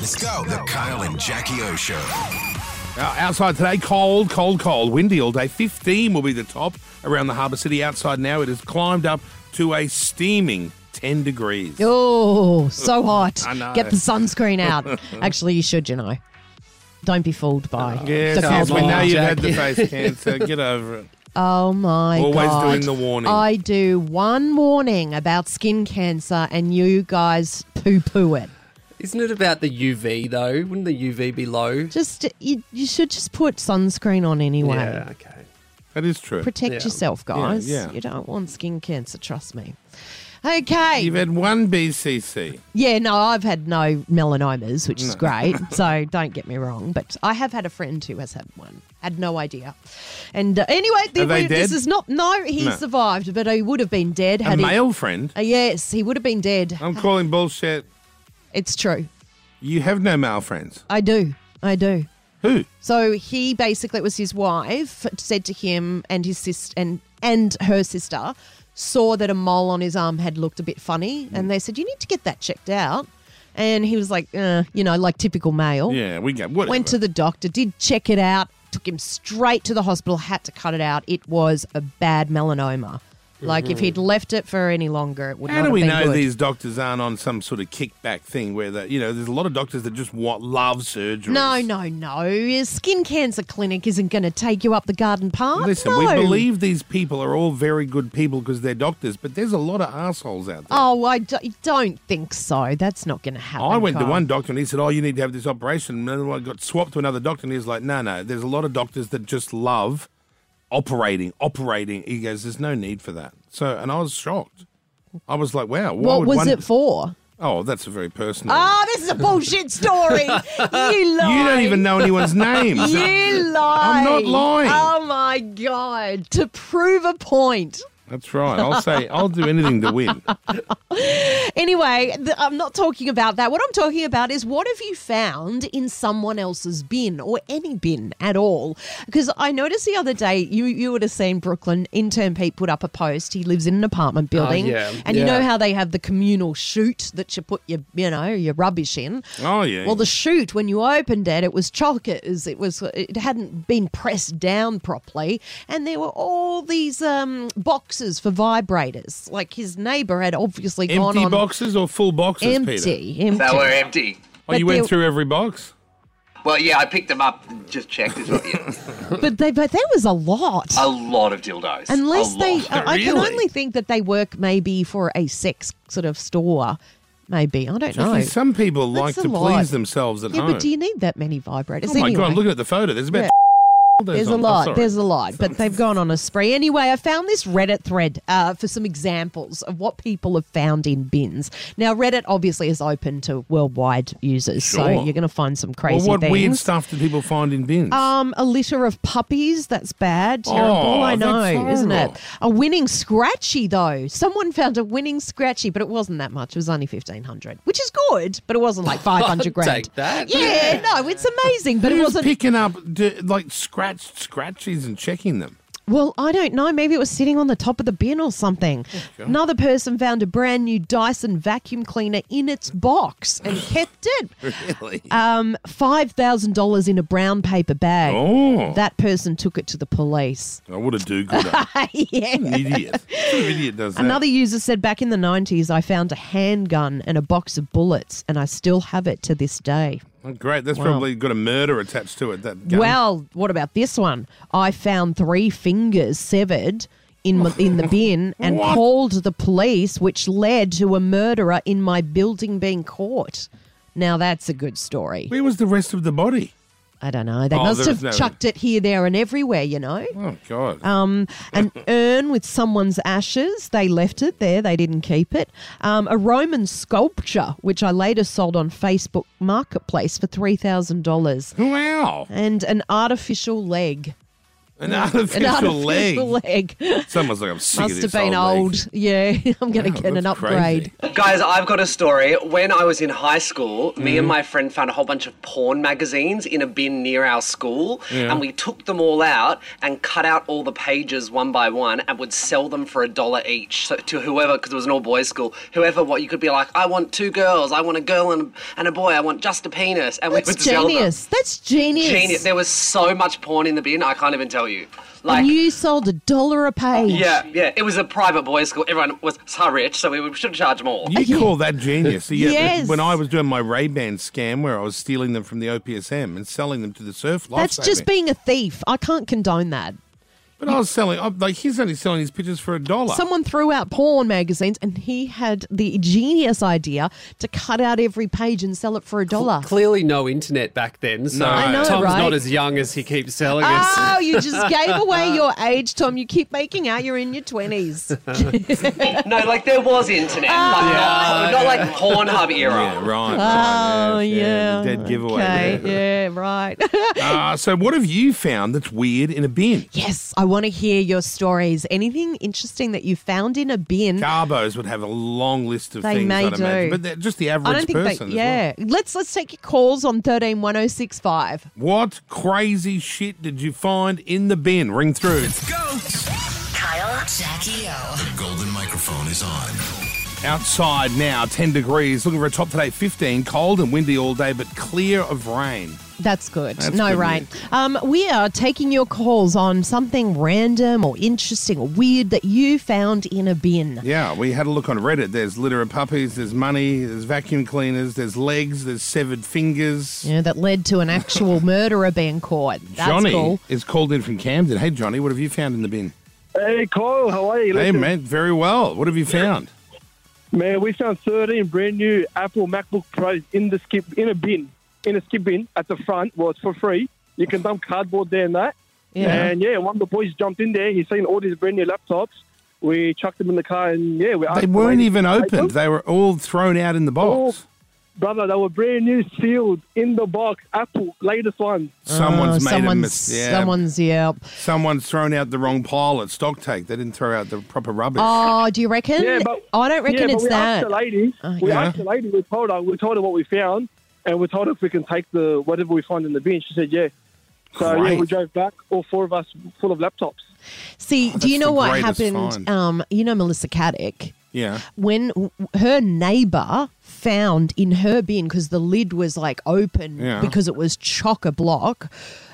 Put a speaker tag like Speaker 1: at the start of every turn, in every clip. Speaker 1: Let's go. The Kyle and Jackie O Show.
Speaker 2: Uh, outside today, cold, cold, cold. Windy all day. 15 will be the top around the harbour city. Outside now, it has climbed up to a steaming 10 degrees.
Speaker 3: Oh, so hot.
Speaker 2: I know.
Speaker 3: Get the sunscreen out. Actually, you should, you know. Don't be fooled by
Speaker 2: Yeah,
Speaker 3: the
Speaker 2: since
Speaker 3: cold
Speaker 2: we
Speaker 3: weather.
Speaker 2: know you've had the face cancer, get over it.
Speaker 3: Oh my
Speaker 2: Always
Speaker 3: god.
Speaker 2: doing the warning.
Speaker 3: I do one warning about skin cancer and you guys poo poo it.
Speaker 4: Isn't it about the UV though? Wouldn't the UV be low?
Speaker 3: Just you, you should just put sunscreen on anyway.
Speaker 4: Yeah, okay.
Speaker 2: That is true.
Speaker 3: Protect
Speaker 4: Yeah.
Speaker 3: yourself, guys.
Speaker 2: yeah.
Speaker 3: You don't want skin cancer, trust me. Okay.
Speaker 2: You've had one BCC.
Speaker 3: Yeah, no, I've had no melanomas, which is great. So don't get me wrong, but I have had a friend who has had one. Had no idea. And uh, anyway, the,
Speaker 2: Are they
Speaker 3: this
Speaker 2: dead?
Speaker 3: is not. No, he
Speaker 2: No.
Speaker 3: survived, but he would have been dead
Speaker 2: A
Speaker 3: had he.
Speaker 2: male Oh. friend?
Speaker 3: Uh, yes, he would have been dead.
Speaker 2: I'm calling bullshit.
Speaker 3: It's true.
Speaker 2: You have no male friends.
Speaker 3: I do. I do.
Speaker 2: Who?
Speaker 3: So he basically it was his wife said to him and his sister and and her sister saw that a mole on his arm had looked a bit funny,
Speaker 2: Mm.
Speaker 3: and they said you need to get that checked out. And he was like, uh, you know, like typical male.
Speaker 2: Yeah, we go. Whatever.
Speaker 3: Went to the doctor, did check it out, took him straight to the hospital, had to cut it out. It was a bad melanoma. Like if he'd left it for any longer, it would
Speaker 2: How
Speaker 3: not
Speaker 2: do we
Speaker 3: have been
Speaker 2: know
Speaker 3: good.
Speaker 2: these doctors aren't on some sort of kickback thing where that you know there's a lot of doctors that just want love surgery?
Speaker 3: No, no, no. Your skin cancer clinic isn't going to take you up the garden path.
Speaker 2: Listen,
Speaker 3: no.
Speaker 2: we believe these people are all very good people because they're doctors, but there's a lot of assholes out there.
Speaker 3: Oh, I d- don't think so. That's not going to happen.
Speaker 2: I went to
Speaker 3: Kyle.
Speaker 2: one doctor and he said, "Oh, you need to have this operation." And then I got swapped to another doctor, and he was like, "No, no, there's a lot of doctors that just love operating, operating." He goes, "There's no need for that." So, and I was shocked. I was like, "Wow, why
Speaker 3: What
Speaker 2: would
Speaker 3: was
Speaker 2: one-
Speaker 3: it for?
Speaker 2: Oh, that's a very personal.
Speaker 3: Oh, this is a bullshit story. you lie.
Speaker 2: you don't even know anyone's name.
Speaker 3: You lie.
Speaker 2: I'm not lying.
Speaker 3: Oh my god! To prove a point.
Speaker 2: That's right. I'll say I'll do anything to win.
Speaker 3: Anyway, th- I'm not talking about that. What I'm talking about is what have you found in someone else's bin or any bin at all? Because I noticed the other day, you you would have seen Brooklyn intern Pete put up a post. He lives in an
Speaker 2: Oh,
Speaker 3: apartment building,
Speaker 4: yeah.
Speaker 3: and you know
Speaker 4: Yeah.
Speaker 3: how they have the communal chute that you put your you know your rubbish in.
Speaker 2: Oh yeah.
Speaker 3: Well, the chute when you opened it, it was chockers. It was it hadn't been pressed down properly, and there were all these um, boxes for vibrators. Like his neighbour had obviously gone
Speaker 2: empty
Speaker 3: on
Speaker 2: boxes or full boxes, Peter?
Speaker 3: empty, empty.
Speaker 5: They were empty.
Speaker 2: Oh, you
Speaker 3: But
Speaker 2: went
Speaker 3: they-
Speaker 2: through every box.
Speaker 5: Well, yeah, I picked them up and just checked as well. Yeah.
Speaker 3: But they, but there was a lot.
Speaker 5: A lot of dildos.
Speaker 3: Unless
Speaker 5: A
Speaker 3: they,
Speaker 5: lot.
Speaker 3: I I can only think that they work maybe for a sex sort of store. Maybe I don't know.
Speaker 2: Actually, Some people
Speaker 3: That's
Speaker 2: like
Speaker 3: a
Speaker 2: to
Speaker 3: lot.
Speaker 2: please themselves at
Speaker 3: yeah,
Speaker 2: home.
Speaker 3: but do you need that many vibrators?
Speaker 2: oh my
Speaker 3: anyway.
Speaker 2: god! I'm looking at the photo. There's about.
Speaker 3: Yeah.
Speaker 2: dildos
Speaker 3: There's
Speaker 2: on-
Speaker 3: a
Speaker 2: I'm
Speaker 3: lot.
Speaker 2: sorry.
Speaker 3: There's a lot, but they've gone on a spree. Anyway, I found this Reddit thread uh, for some examples of what people have found in bins. Now, Reddit obviously is open to worldwide users, so
Speaker 2: Sure.
Speaker 3: you're going to find some crazy
Speaker 2: Well, what
Speaker 3: things.
Speaker 2: weird stuff do people find in bins?
Speaker 3: Um, a litter of puppies. That's bad.
Speaker 2: Oh,
Speaker 3: Terrible. I
Speaker 2: that's
Speaker 3: know, isn't
Speaker 2: horrible.
Speaker 3: it? A winning scratchy though. Someone found a winning scratchy, but it wasn't that much. It was only fifteen hundred, which is good, but it wasn't like five hundred grand.
Speaker 4: Take that.
Speaker 3: Yeah, no, it's amazing, but it
Speaker 2: Who's
Speaker 3: wasn't.
Speaker 2: picking up d like scratched scratches and checking them?
Speaker 3: Well, I don't know. Maybe it was sitting on the top of the bin or something.
Speaker 2: Oh,
Speaker 3: Another person found a brand new Dyson vacuum cleaner in its box and kept it.
Speaker 2: Really?
Speaker 3: Um, five thousand dollars in a brown paper bag.
Speaker 2: oh,
Speaker 3: Uh, That person took it to the police.
Speaker 2: I would have do good.
Speaker 3: yeah.
Speaker 2: An idiot. What sort of idiot does that?
Speaker 3: Another user said back in the 90s, I found a handgun and a box of bullets, and I still have it to this day.
Speaker 2: Oh, great. That's
Speaker 3: Wow.
Speaker 2: probably got a murder attached to it. That gun.
Speaker 3: Well, what about this one? I found three fingers severed in m- in the bin and
Speaker 2: What?
Speaker 3: called the police, which led to a murderer in my building being caught. Now that's a good story.
Speaker 2: where was the rest of the body?
Speaker 3: I don't know. They
Speaker 2: Oh,
Speaker 3: must
Speaker 2: there
Speaker 3: have
Speaker 2: is no-
Speaker 3: chucked it here, there, and everywhere. You know.
Speaker 2: Oh God.
Speaker 3: Um, an urn with someone's ashes. They left it there. They didn't keep it. Um, a Roman sculpture, which I later sold on Facebook Marketplace for three thousand dollars,
Speaker 2: wow.
Speaker 3: and an artificial leg.
Speaker 2: An artificial,
Speaker 3: An artificial
Speaker 2: leg.
Speaker 3: leg.
Speaker 2: Someone's like, I'm sick
Speaker 3: Must
Speaker 2: of this
Speaker 3: have been
Speaker 2: old.
Speaker 3: old.
Speaker 2: leg.
Speaker 3: Yeah, I'm going to
Speaker 2: Wow,
Speaker 3: get an
Speaker 2: that's
Speaker 3: upgrade.
Speaker 2: crazy.
Speaker 6: Guys, I've got a story. When I was in high school, me
Speaker 5: Mm-hmm.
Speaker 6: and my friend found a whole bunch of porn magazines in a bin near our school,
Speaker 2: Yeah.
Speaker 6: and we took them all out and cut out all the pages one by one and would sell them for a dollar each so, to whoever, because it was an all boys school, whoever what you could be like, I want two girls, I want a girl and, and a boy, I want just a penis. And we would
Speaker 3: That's
Speaker 6: sell
Speaker 3: genius. That's genius.
Speaker 6: them. Genius. There was so much porn in the bin, I can't even tell you. Like,
Speaker 3: and you sold a dollar a page.
Speaker 6: yeah, yeah. It was a private boys' school. Everyone was so rich, so we should charge more.
Speaker 2: You call that genius? Yeah, but
Speaker 3: Yes.
Speaker 2: When I was doing my Ray Ban scam, where I was stealing them from the OPSM and selling them to the surf
Speaker 3: That's
Speaker 2: lifesaving.
Speaker 3: just being a thief. I can't condone that.
Speaker 2: But I was selling. I'm like he's only selling his pictures for a dollar.
Speaker 3: Someone threw out porn magazines and he had the genius idea to cut out every page and sell it for a dollar.
Speaker 4: Clearly, no internet back then, so
Speaker 2: No. I know, Ah!
Speaker 4: Tom's
Speaker 3: right?
Speaker 4: not as young as he keeps selling us.
Speaker 3: Oh, you just gave away your age, Tom. You keep making out you're in your 20s.
Speaker 6: No, like there was internet, like not, not like Pornhub
Speaker 2: yeah,
Speaker 6: era.
Speaker 2: right.
Speaker 3: Oh,
Speaker 2: right, yes,
Speaker 3: yeah.
Speaker 2: the Dead giveaway.
Speaker 3: Okay,
Speaker 2: yeah.
Speaker 3: yeah, right.
Speaker 2: Uh, so, what have you found that's weird in a bin?
Speaker 3: yes, I want to hear your stories. Anything interesting that you found in a bin?
Speaker 2: Garbos would have a long list of
Speaker 3: They
Speaker 2: things.
Speaker 3: may
Speaker 2: I'd imagine,
Speaker 3: do.
Speaker 2: but they're just the
Speaker 3: I
Speaker 2: average
Speaker 3: don't think
Speaker 2: person.
Speaker 3: they.
Speaker 2: as well.
Speaker 3: Yeah, let's let's take your calls on thirteen one zero six five.
Speaker 2: What crazy shit did you find in the bin? Ring through.
Speaker 7: Kyle, Jackie O.
Speaker 1: The golden microphone is on.
Speaker 2: Outside now, 10 degrees. Looking for a top today, 15. Cold and windy all day, but clear of rain.
Speaker 3: That's good.
Speaker 2: That's
Speaker 3: no,
Speaker 2: good
Speaker 3: right.
Speaker 2: news.
Speaker 3: Um, we are taking your calls on something random or interesting or weird that you found in a bin.
Speaker 2: Yeah, we had a look on Reddit. There's litter of puppies, there's money, there's vacuum cleaners, there's legs, there's severed fingers.
Speaker 3: You know, that led to an actual murderer being caught. That's
Speaker 2: Johnny
Speaker 3: cool.
Speaker 2: is called in from Camden. Hey, Johnny, what have you found in the bin?
Speaker 8: Hey, Kyle, how are you?
Speaker 2: Hey,
Speaker 8: Listen,
Speaker 2: man, very well. What have you found?
Speaker 8: Man, we found 13 brand new Apple MacBook Pros in the skip in a bin, in a skip bin at the front. Well, it's for free. You can dump cardboard there and that.
Speaker 3: Yeah.
Speaker 8: And yeah, one of the boys jumped in there. He's seen all these brand new laptops. We chucked them in the car, and yeah, we
Speaker 2: They
Speaker 8: asked the
Speaker 2: weren't
Speaker 8: lady-
Speaker 2: even opened. They were all thrown out in the
Speaker 3: Oh.
Speaker 2: box.
Speaker 8: brother. They were brand new, sealed in the box. Apple latest ones.
Speaker 3: Oh,
Speaker 2: Someone's made a
Speaker 3: someone's-
Speaker 2: mistake. Yeah,
Speaker 3: Someone's, yeah.
Speaker 2: Someone's thrown out the wrong pile at stock take. They didn't throw out the proper rubbish.
Speaker 3: Oh, do you reckon?
Speaker 8: Yeah, but
Speaker 3: Oh, I don't
Speaker 8: yeah,
Speaker 3: reckon
Speaker 8: but
Speaker 3: it's
Speaker 8: we
Speaker 3: that. Oh,
Speaker 8: Asked the lady, we
Speaker 2: yeah.
Speaker 8: asked the lady. We told her. We told her what we found, and we told her if we can take the whatever we find in the bin. She said, "Yeah." So yeah, we
Speaker 2: Great.
Speaker 8: drove back. All four of us, full of laptops.
Speaker 3: See, do
Speaker 2: that's
Speaker 3: you know
Speaker 2: the
Speaker 3: what
Speaker 2: greatest
Speaker 3: happened?
Speaker 2: find.
Speaker 3: Um, you know Melissa Caddick.
Speaker 2: yeah.
Speaker 3: when w- her neighbor found in her bin because the lid was like open
Speaker 2: Yeah.
Speaker 3: because it was chock a block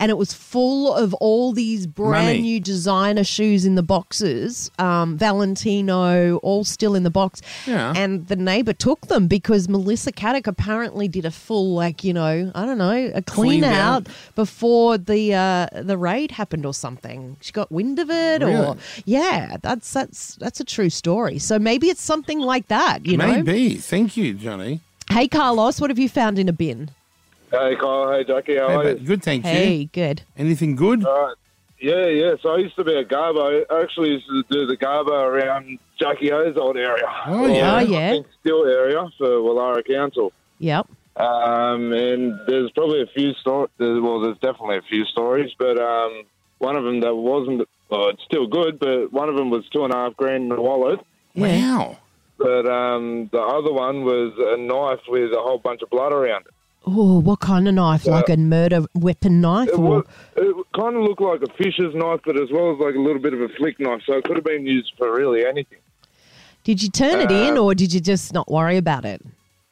Speaker 3: and it was full of all these brand
Speaker 2: Money.
Speaker 3: new designer shoes in the boxes um, valentino all still in the box
Speaker 2: Yeah.
Speaker 3: and the neighbor took them because melissa caddick apparently did a full like you know i don't know a clean
Speaker 2: Cleaned
Speaker 3: out,
Speaker 2: out.
Speaker 3: before the uh, the raid happened or something she got wind of it or
Speaker 2: Really?
Speaker 3: yeah, that's that's that's a true story. So maybe it's something like that, you know.
Speaker 2: Maybe. Thank you, Johnny.
Speaker 3: Hey Carlos, what have you found in a bin?
Speaker 9: Hey, Kyle. Hey, Jackie. How
Speaker 2: Hey,
Speaker 9: are
Speaker 2: but
Speaker 9: you?
Speaker 2: good, thank
Speaker 3: Hey,
Speaker 2: you.
Speaker 3: good.
Speaker 2: Anything good?
Speaker 9: Yeah, yeah. So I used to be a garbo. I actually used to do the garbo around Jackie O's old area.
Speaker 2: Oh, yeah.
Speaker 3: Oh
Speaker 9: I
Speaker 3: yeah.
Speaker 9: think still area for Wallara Council.
Speaker 3: Yep.
Speaker 9: Um, and there's probably a few stories. Well, there's definitely a few stories, but um, one of them that wasn't. Well, it's still good, but one of them was two and a half grand in the wallet.
Speaker 3: Yeah.
Speaker 2: Wow.
Speaker 9: But um, the other one was a knife with a whole bunch of blood around it.
Speaker 3: Oh, what kind of knife? Like a murder weapon knife?
Speaker 9: It,
Speaker 3: Or...
Speaker 9: was, it kind of looked like a fisher's knife, but as well as like a little bit of a flick knife. So it could have been used for really anything.
Speaker 3: Did you turn it
Speaker 2: uh,
Speaker 3: in, or did you just not worry about it?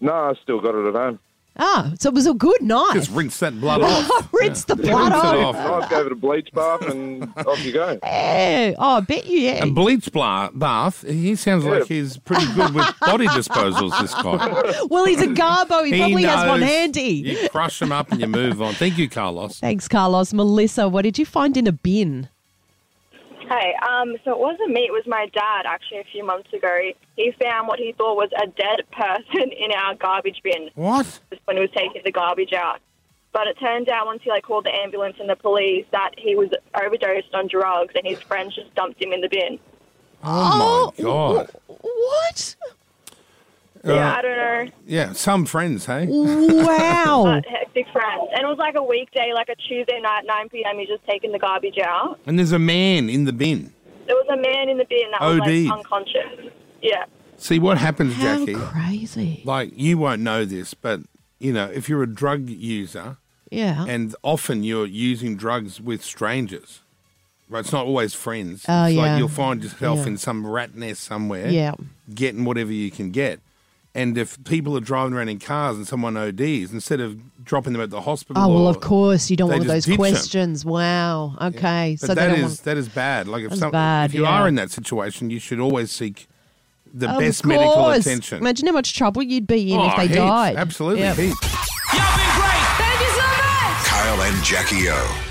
Speaker 9: No, I still got it at home.
Speaker 3: Ah, so it was a good knife.
Speaker 2: Just rinse that blood off.
Speaker 3: Rinse the blood
Speaker 2: Rinse it
Speaker 3: off.
Speaker 2: off.
Speaker 9: Knife gave it a bleach bath, and off you go.
Speaker 3: Yeah. Oh, I bet you. Yeah.
Speaker 2: A bleach bla- bath. He sounds like he's pretty good with body disposals, this guy.
Speaker 3: Well, he's a garbo. He,
Speaker 2: He
Speaker 3: probably has one
Speaker 2: knows.
Speaker 3: handy.
Speaker 2: You crush them up and you move on. Thank you, Carlos.
Speaker 3: Thanks, Carlos. Melissa, what did you find in a bin?
Speaker 10: Hey, um, so it wasn't me, it was my dad actually a few months ago. He found what he thought was a dead person in our garbage bin
Speaker 2: What?
Speaker 10: just when he was taking the garbage out. But it turned out once he like called the ambulance and the police that he was overdosed on drugs and his friends just dumped him in the bin.
Speaker 2: Oh, my
Speaker 3: Oh,
Speaker 2: God.
Speaker 3: wh- What?
Speaker 10: Yeah,
Speaker 2: Uh,
Speaker 10: I don't know.
Speaker 2: Yeah, some friends, hey?
Speaker 10: But hectic friends. And it was like a weekday, like a Tuesday night, 9 p.m. He's just taking the garbage out.
Speaker 2: and there's a man in the bin.
Speaker 10: There was a man in the bin that was
Speaker 2: OD.
Speaker 10: like unconscious. Yeah.
Speaker 2: See what happens,
Speaker 10: How
Speaker 2: Jackie.
Speaker 3: Crazy.
Speaker 2: Like you won't know this, but you know if you're a drug user,
Speaker 3: Yeah.
Speaker 2: and often you're using drugs with strangers. Right, it's not always friends.
Speaker 3: Oh,
Speaker 2: it's
Speaker 3: yeah.
Speaker 2: like you'll find yourself
Speaker 3: Yeah.
Speaker 2: in some rat nest somewhere,
Speaker 3: Yeah.
Speaker 2: getting whatever you can get. And if people are driving around in cars and someone ODs, instead of dropping them at the hospital,
Speaker 3: Oh well,
Speaker 2: or-
Speaker 3: of course you don't
Speaker 2: they
Speaker 3: want
Speaker 2: just
Speaker 3: those
Speaker 2: ditch 'em.
Speaker 3: questions. Wow. Okay.
Speaker 2: But
Speaker 3: so they
Speaker 2: that
Speaker 3: don't
Speaker 2: is
Speaker 3: want
Speaker 2: that is bad. Like if
Speaker 3: That's
Speaker 2: some,
Speaker 3: bad,
Speaker 2: if you
Speaker 3: yeah.
Speaker 2: are in that situation, you should always seek the
Speaker 3: Of
Speaker 2: best medical
Speaker 3: course.
Speaker 2: attention.
Speaker 3: Imagine how much trouble you'd be in if
Speaker 2: Oh,
Speaker 3: they
Speaker 2: heaps.
Speaker 3: died.
Speaker 2: Absolutely,
Speaker 3: Yep.
Speaker 2: heaps.
Speaker 1: Kyle and Jackie O.